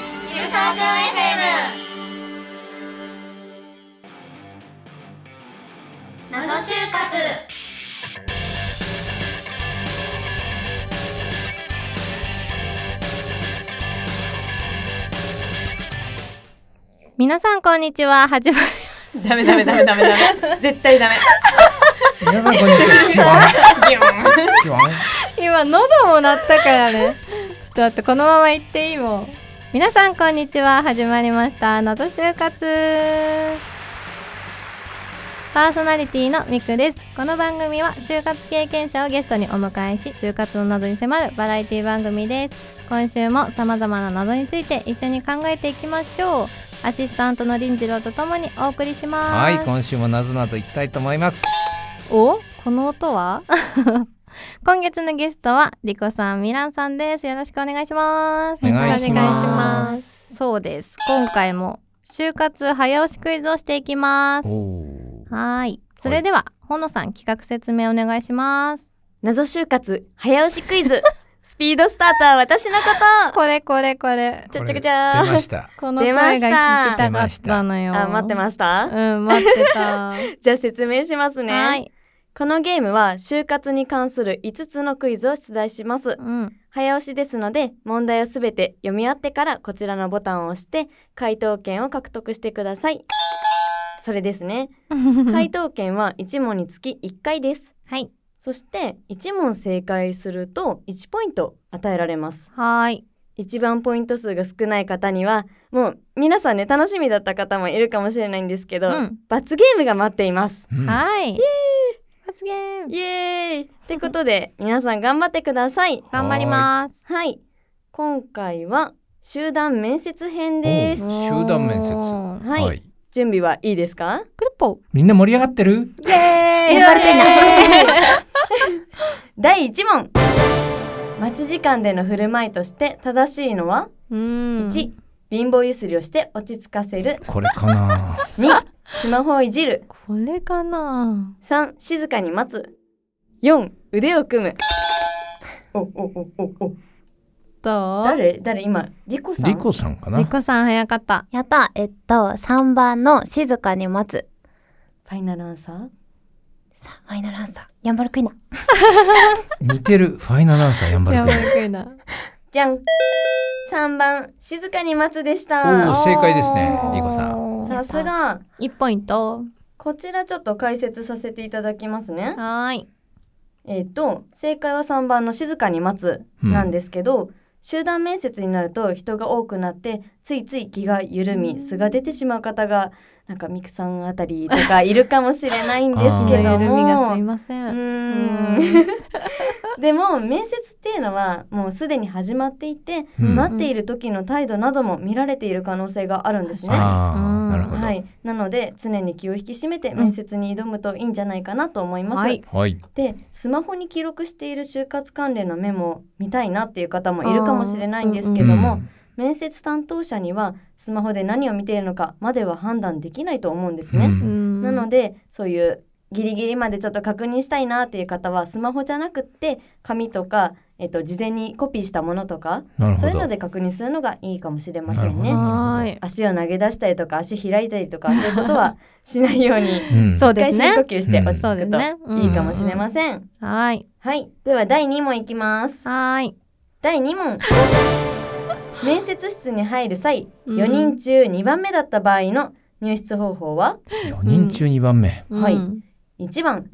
ークン FM 謎就活皆さんこんにちは始まりダメダメダメダメダメ。絶対ダメ。皆さんこんにち は。ギキュンワンキワン。今喉も鳴ったから ねちょっと待ってこのまま行っていいもん皆さんこんにちは始まりました謎就活パーソナリティのみくですこの番組は就活経験者をゲストにお迎えし就活の謎に迫るバラエティ番組です今週も様々な謎について一緒に考えていきましょうアシスタントの林次郎とともにお送りしまはすい、今週もなぞなぞいきたいと思います。おこの音は 今月のゲストはリコさんミランさんですよろしくお願いしますお願いしますよろくお願いしますそうです今回も就活早押しクイズをしていきますはおーいそれでは、ほのさん企画説明お願いします謎就活早押しクイズ。 スピードスターター私のここれこれこれと。ちゃちゃくちゃ出ま した。この声が聞きた出かまっしたたのよあ、待ってました。うん待って た、じゃあ説明しますね。はいこのゲームは就活に関する5つのクイズを出題します。うん早押しですので、問題をすべて読み合ってからこちらのボタンを押して、回答権を獲得してください。それですね。回答権は1問につき1回です。はいそして1問正解すると1ポイント与えられます。はーい一番ポイント数が少ない方にはもう皆さんね楽しみだった方もいるかもしれないんですけど、うん罰ゲームが待っています。うんはいイエーイ罰ゲームイエーイってことで皆さん頑張ってください。頑張りますはい今回は集団面接ー編です。お集団面接おーはい、はい。準備はいいですかクルポみんな盛り上がってる？イエーイバレていない 第1問待ち時間での振る舞いとして正しいのはうん1貧乏ゆすりをして落ち着かせるこれかな。 2スマホをいじるこれかな3静かに待つ4腕を組むおおおおおどう誰誰今リコさんリコさんかなリ。コさん早かったやったえっと3番の「静かに待つファイナルアンサー」さあファイナルアンサーヤンバルクイナ似てる。ファイナルアンサーやんばるやくばんい。くいなじゃん3番静かに待つでしおたー正解ですねリコさんさすが1ポイントこちらちょっと解説させていただきますねはーいえっ、と正解は3番の「静かに待つ」なんですけど、集団面接になると人が多くなってついつい気が緩み素が出てしまう方がなんかミクさんあたりとかいるかもしれないんです けど緩みがすいも。ませうんーんでも面接っていうのはもうすでに始まっていて、うん待っている時の態度なども見られている可能性があるんですね。あうあ、んなるほど。はい、なので常に気を引き締めて面接に挑むといいんじゃないかなと思います。はいはい。でスマホに記録している就活関連のメモを見たいなっていう方もいるかもしれないんですけども、うん面接担当者にはスマホで何を見ているのかまでは判断できないと思うんですうね。んななのでそういうギリギリまでちょっと確認したいなっていう方はスマホじゃなくって紙とか、えっと、事前にコピーしたものとかなるほそういうどの。で確認するのがいいかもしれませんなるほね。どはーい足を投げ出したりとか足開いたりとかそういうことはしないようにうんそう一で回す深ね呼吸して落ちそう着ですくとねいいかもしれませんせん。はーいはい。では第2問いきます。はーい第2問。 面接室に入る際、うん4人中2番目だった場合の入室方法は四人中二番目。はいうん1番、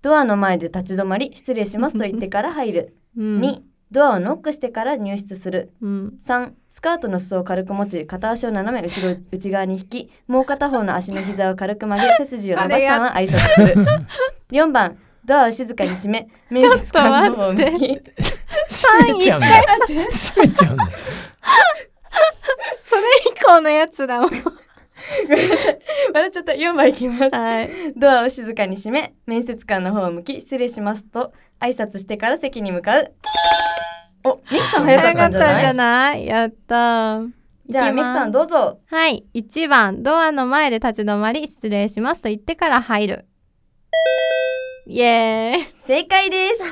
ドアの前で立ち止まり、失礼しますと言ってから入る。 うん2、ドアをノックしてから入室する。うん3、スカートの裾を軽く持ち、片足を斜め後ろ内側に引き、もう片方の足の膝を軽く曲げ、背筋を伸ばしたまま挨拶 する。4番、ドアを静かに閉め、面接官の方を 向き。閉めちゃうん だ。閉めちゃうんだ。それ以降のやつだ もん笑っちゃった。4番いきます。はいドアを静かに閉め、面接官の方を向き、失礼しますと、挨拶してから席に向かう。お、ミクさん早か早っかたったんんじじゃゃなないいやったーじゃあ、いきミクますさんどうぞ。はい1番ドアの前で立ち止まり失礼しますと言ってから入るイエーイ正解 です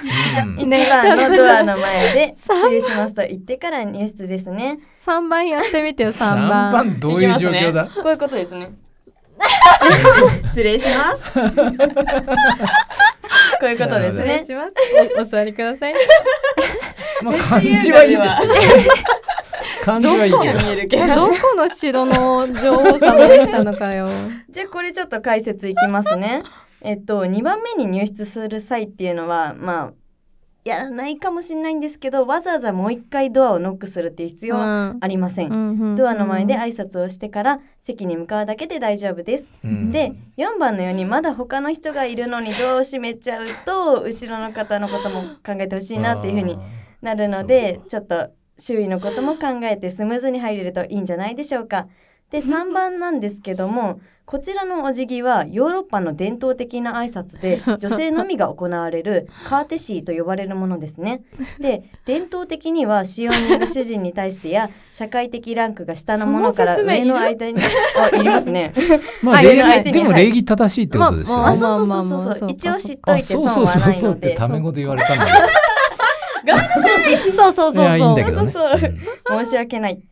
うん1ね番のドアの前 で三失礼しますと言ってから入室ですね3番やってみてよ3 3番番どういう状況だこういうことです ね失礼します こういうことですお願いねしますお お座りくださいまあ漢字はいいです よ漢字はいいけど見えるけどどこの城の女王様で来たのかよじゃあこれちょっと解説いきますね。えっと2番目に入室する際っていうのはまあやらないかもしれないんですけどわざわざもう一回ドアをノックするっていう必要はありません。ドアの前で挨拶をしてから席に向かうだけで大丈夫です。うんで4番のようにまだ他の人がいるのにドアを閉めちゃうと後ろの方のことも考えてほしいなっていうふうになるのでちょっと周囲のことも考えてスムーズに入れるといいんじゃないでしょうか。で3番なんですけどもこちらのお辞儀はヨーロッパの伝統的な挨拶で女性のみが行われるカーテシーと呼ばれるものですね。で伝統的には使用人が主人に対してや社会的ランクが下のものからその説明上いるの間にあいりますね。まああ礼言う相手儀でにも礼儀正しいってことですまよあねそうまあそうまあまそあうそう一応知っとあいてそ損うそうはそうないそうのってでタメ語で言われたんだけそうそどうそういそうやいいんだけどねそうそううん申し訳ない。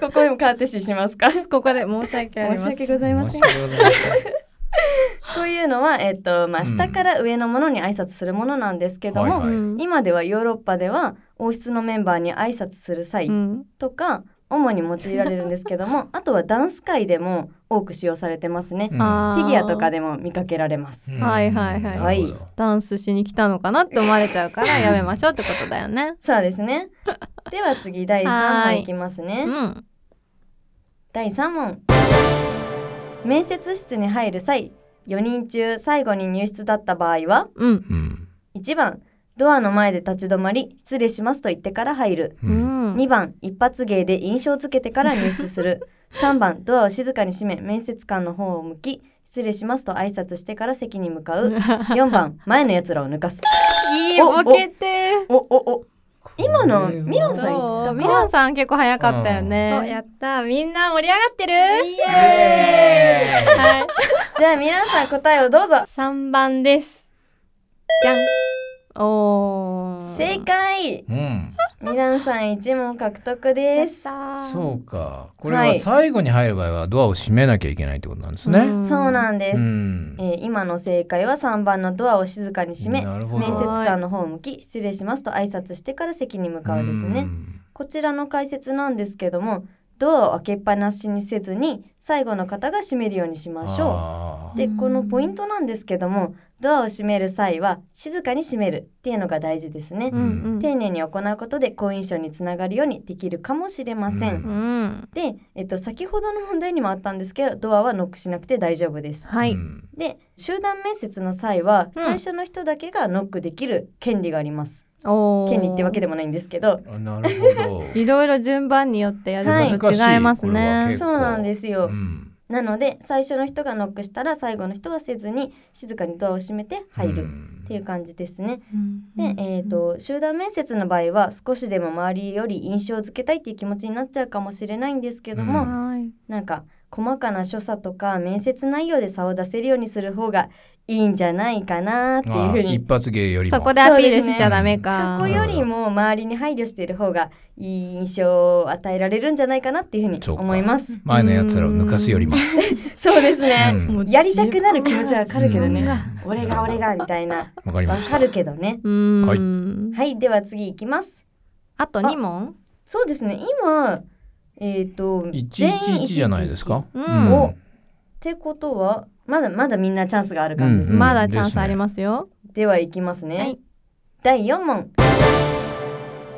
ここでもカーテシーしますかここで申し訳ありま申しせん訳ございません。申し訳ございませんこういうのは、えっとまうあ、ん下から上のものに挨拶するものなんですけども、はいはいうん今ではヨーロッパでは王室のメンバーに挨拶する際うんとか、主に用いられるんですけど もあとはダンス界でも多く使用されてますね、うフんあーィギュアとかでも見かけられます、うんはいはいはいなるほどダンスしに来たのかなって思われちゃうからやめましょうってことだよねそうですねでは次第3は問いいきますうねん第3問面接室に入る際4人中最後に入室だった場合はうんうん1番ドアの前で立ち止まり失礼しますと言ってから入るうんうん2番一発芸で印象付けてから入室する3番ドアを静かに閉め面接官の方を向き失礼しますと挨拶してから席に向かう4番前のやつらを抜かすいいボケておおお今のこれはミランさん行ったそうかミランさん結構早かったよそうねやったみんな盛り上がってるイエーイはいじゃあミランさん答えをどうぞ3番ですじゃんおー正解うんミランさん1問獲得ですそそうかこれははい最後に入る場合はドアを閉めなきゃいけないってことなんですね、んうなんです、うんえー今の正解は3番のドアを静かに閉めなるほど面接官の方を向き失礼しますと挨拶してから席に向かうですね、うんこちらの解説なんですけどもドアを開けっぱなしにせずに最後の方が閉めるようにしましょあう。ーでこのポイントなんですけどもドアを閉める際は静かに閉めるっていうのが大事ですね。うんうん丁寧に行うことで好印象につながるようにできるかもしれませうん。んうんで、えっと、先ほどの問題にもあったんですけどドアはノックしなくて大丈夫です。はういんで集団面接の際はうん最初の人だけがノックできる権利があります。おー権利ってわけでもないんですけど。あなるほど いろいろ順番によってやはいること違います難しねい。そうなんですよ。うんなので最初の人がノックしたら最後の人はせずに静かにドアを閉めて入うるんっていう感じですね。うんで、えー、と集団面接の場合は少しでも周りより印象づけたいっていう気持ちになっちゃうかもしれないんですけども、うんはいなんか細かな所作とか面接内容で差を出せるようにする方がいいんじゃないかなっていうあふうーに一発芸よりもそこでアピールしちゃダメか。そこよりも周りに配慮している方がいい印象を与えられるんじゃないかなっていうふうに思います。前のやつらを抜かすよりも、そうですね、うんもう やりたくなる気持ちはわかるけどね、うん 俺が俺がみたいなわかりまわしかたるけどねうーんはいはいでは次いきますあと2問そうですね今えっ、と111じゃないですか、うんおってことはまだまだみんなチャンスがある感じです、うんまだチャンスありますよ。ではいきますね、はい第4問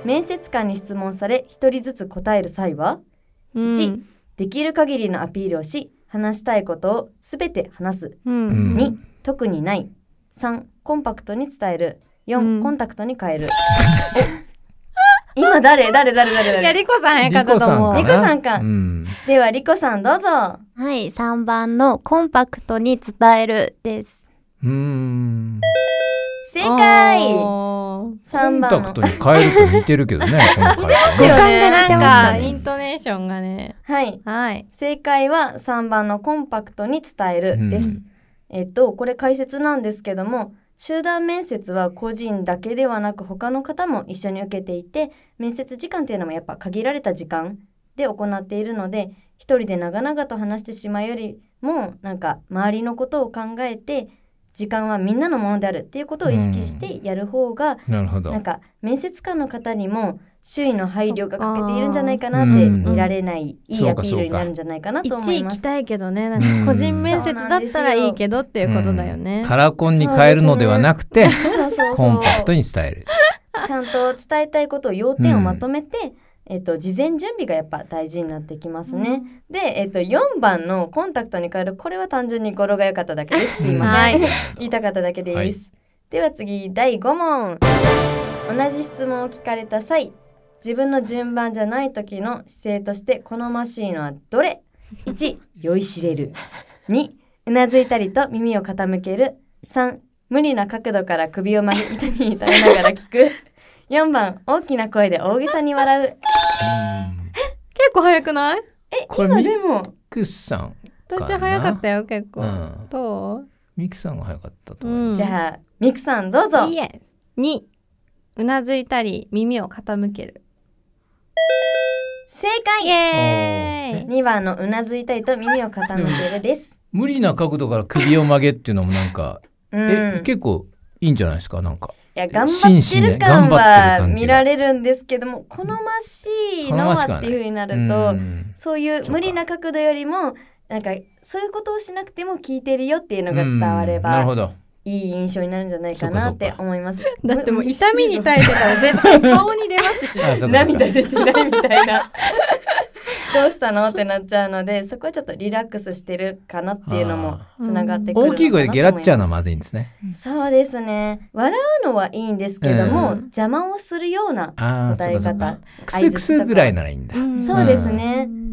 面接官に質問され一人ずつ答える際はうん一できる限りのアピールをし話したいことをすべて話すうんうん2特にない3コンパクトに伝える4、うんコンタクトに変える お今誰誰誰誰いや誰リコさん早かったと思う。リコさんかうんではリコさんどうぞはい3番のコンパクトに伝えるですうん正お解ーコ3ン番タクのトに変えると似てるけどね今回五ねよ感がな似んかてますねイントネーションがね。はいはい。正解は3番のコンパクトに伝えるです、うんえっとこれ解説なんですけども集団面接は個人だけではなく他の方も一緒に受けていて面接時間っていうのもやっぱ限られた時間で行っているので一人で長々と話してしまうよりもなんか周りのことを考えて時間はみんなのものであるっていうことを意識してやる方が、なるほどなんか面接官の方にも周囲の配慮が欠けているんじゃないかなって見られない、いいアピールになるんじゃないかなと思1い位行まきす。たいけどねなんか個人面接だったらいいけどっていうことだよね、カラコンに変えるのではなくて、そうそうコンそうパクトに伝える。 ちゃんと伝えたいことを要点をまとめて、えっと、事前準備がやっぱ大事になってきますね。で、えっと、4番のコンタクトに変える、これは単純に語呂が良かっただけです。すいまはせん。い言いたかっただけです。はいでは次、第5問。同じ質問を聞かれた際、自分の順番じゃない時の姿勢として好ましいのはどれ ?1、酔いしれる。2、うなずいたりと耳を傾ける。3、無理な角度から首を曲げ、板に痛めながら聞く。4番、大きな声で大げさに笑う。結構早くないこれ今ミでも、クさん、私かな早かったよ結構、うんどミクさんが早かったと思いまうんじゃあ、ミクさんどうぞ。ういえ2うなずいたり耳を傾ける正イ解エーイ !2 番のうなずいたりと耳を傾けるですす。。無理な角度から首を曲げっていうのもなんか、うえん。い結構いいんじゃないですかなんか。や、頑張ってる感真摯ね頑張ってるは感じが見られるんですけども、好ましいの好ましくははってないいう風になうると、んそういう無理な角度よりも、なんか、そういうことをしなくても聞いてるよっていうのが伝われうんなば、るほど。いい印象になるんじゃないかなって思います。だってもう痛みに耐えてたら絶対顔に出ます しあそうかそうか涙出てないみたいな どうしたのってなっちゃうのでそこはちょっとリラックスしてるかなっていうのもつながってくるのかなと思います大きい声でゲラっちゃうのはまずいんですね。そうですね笑うのはいいんですけども、うん邪魔をするようなああ、そ答うえかそ方うか。く相槌すくとすかぐらいならいいんだ。そうですね、うん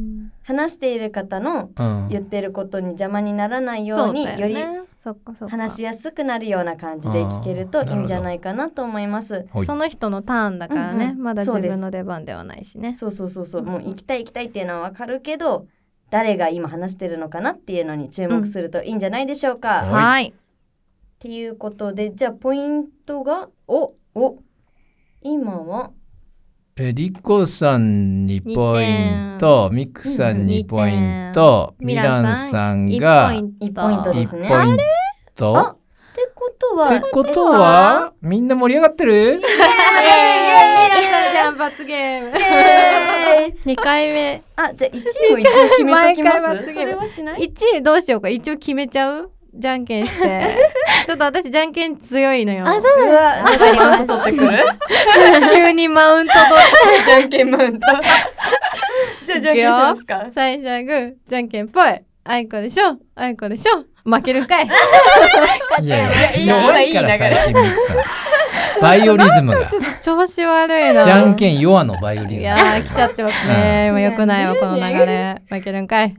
話している方のうん。言ってることに邪魔にならないようによりそっかそっか話しやすくなるような感じで聞けるといいんじゃないかなと思います。ほいその人のターンだからね、うんうんまだ自そうです分の出番ではないしねそうそうそうそうもう行きたい行きたいっていうのはわかるけど誰が今話してるのかなっていうのに注目するといいんじゃないでしょうか。うんっはいていうことでじゃあポイントがおお今はえ、リコさんにポイント、ミクさんにポイント、二点ミランさん1がポイン1トポイントで1すね。ポインあト。ってことはってことは、みんな盛り上がってるじゃん罰ゲームえーイエー 2イ回目あじゃあ1位を一応決めとき毎回ます罰ゲームそれはしない1位どうしようか一応決めちゃうじゃんけんして ちょっと私じゃんけん強いのよあ、そううわなんかマウント取ってくる急にマウント取 じゃんけんマウント じゃあじゃんけんしますかっ最初はグーじゃんけんぽいあいこでしょあいこでしょ負けるか いいやいいやや、弱いから最近ミク さん。バイオリズムが。調子悪いなじゃんけん弱のバイオリいズムや。ー来ちゃってますね今良くないわこの流れ負けるんかい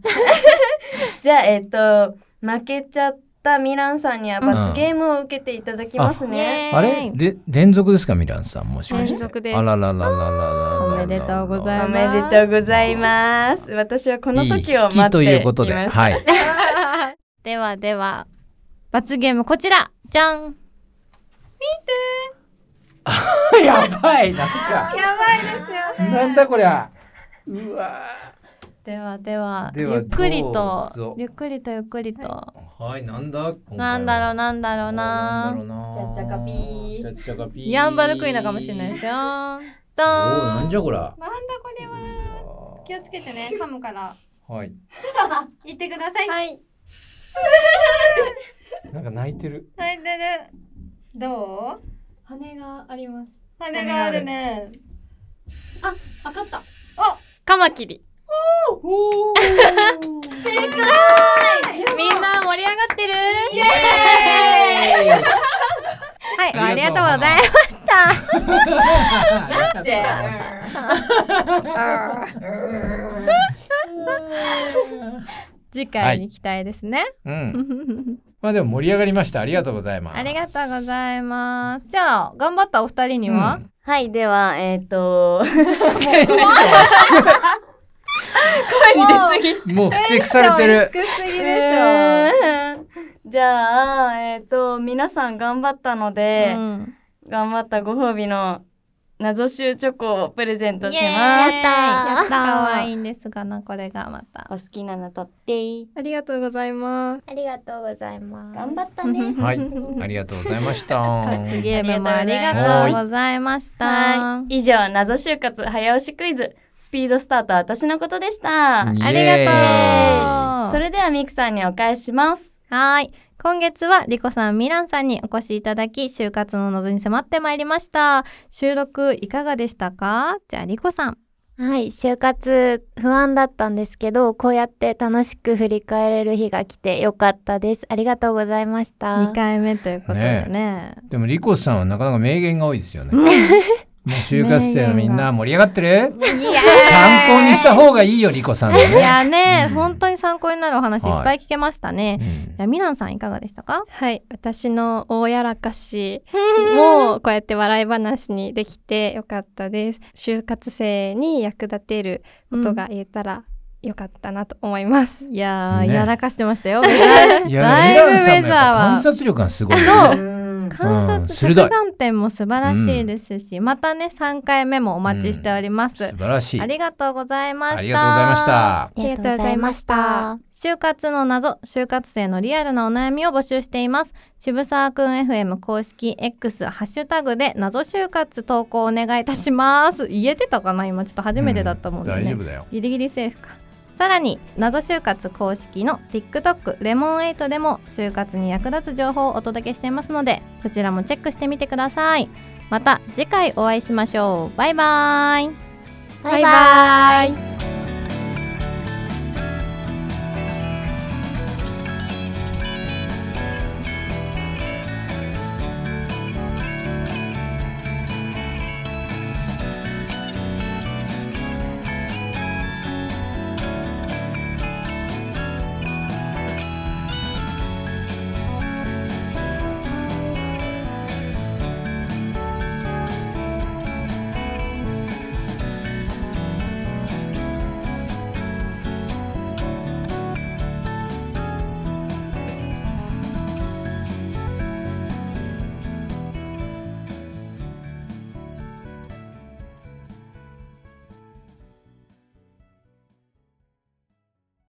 じゃあえっ、と負けちゃったミランさんには罰ゲームを受けていただきますね、あれれ連続ですかミランさんもしかして。連続ですあらららららららら。おめでとうございおめでとうございます私はこの時を待っていましいい引たきということで、 はい。ではでは、罰ゲームこちらじゃんやばいなんか。やばいですよね。なんだこりゃ。うわではではではゆっくりどうとぞゆっくりとゆっくりと、はい、なんだなんだろうなんだろうなんだろなうな。ちゃっちゃかぴーちゃっちゃかぴー。やんばるクイナかもしれないですよドおーンーなんじゃこりゃ。なんだこれは気をつけてね噛むからはい。言ってくださいはい。なんか泣いて る。泣いてるどう羽があります。羽があるねわかった。カマキリおお。 みんな盛り上がってるイエーイはいあありりががとうとうございましたなんで。次回に期待ですね、うん。まあでも盛り上がりました。ありがとうございます。ありがとうございますじゃあ頑張ったお二人には、うんはいではえっ、と声に出すぎもうふてくされてる。低すぎでしょ、で じゃあ、えっ、と、皆さん頑張ったので、うん頑張ったご褒美の謎集チョコをプレゼントしやまっす。たかわいいんですがなこれがまたお好きなの取って。ありがとうございますありがとうございます。頑張ったね。はい、ありがとうございました。ゲームもありがとうございましたはい。以上、謎就活早押しクイズ、スピードスタート私のことでした。ありがとうそれではミクさんにお返しします。はい。今月はリコさん、ミランさんにお越しいただき、就活の謎に迫ってまいりました。収録いかがでしたかじゃあリコさん。はい、就活不安だったんですけど、こうやって楽しく振り返れる日が来てよかったです。ありがとうございました。 2回目ということでね。でもリコさんはなかなか名言が多いですよね。もう就活生のみんな盛り上がってるいや参考にした方がいいよリコさんのいね。やね、うん本当に参考になるお話いっぱい聞けましたね。うんいやミランさんいかがでした かはい私の大やらかしもこうやって笑い話にできてよかったです就活生に役立てることが言えたらよかったなと思います、いやー、ねやらかしてましたよ。だいぶいウェやミランさんのやっザぱ観ーは。察力がすごいね。観うん察、着鋭い眼点も素晴らしいですし、またね、3回目もお待ちしております。素晴らしい。あありりがとうございました。がとうございまし。た。ありがとうございました。就活の謎、就活生のリアルなお悩みを募集しています。渋沢くん FM 公式 X ハッシュタグで謎就活投稿お願いいたします。言えてたかな今ちょっと初めてだったもんね。大丈夫だよ。ギリギリセーフかさらに謎就活公式の TikTok レモン8でも就活に役立つ情報をお届けしていますのでそちらもチェックしてみてくださいまた次回お会いしましょうバイバイバイバイ。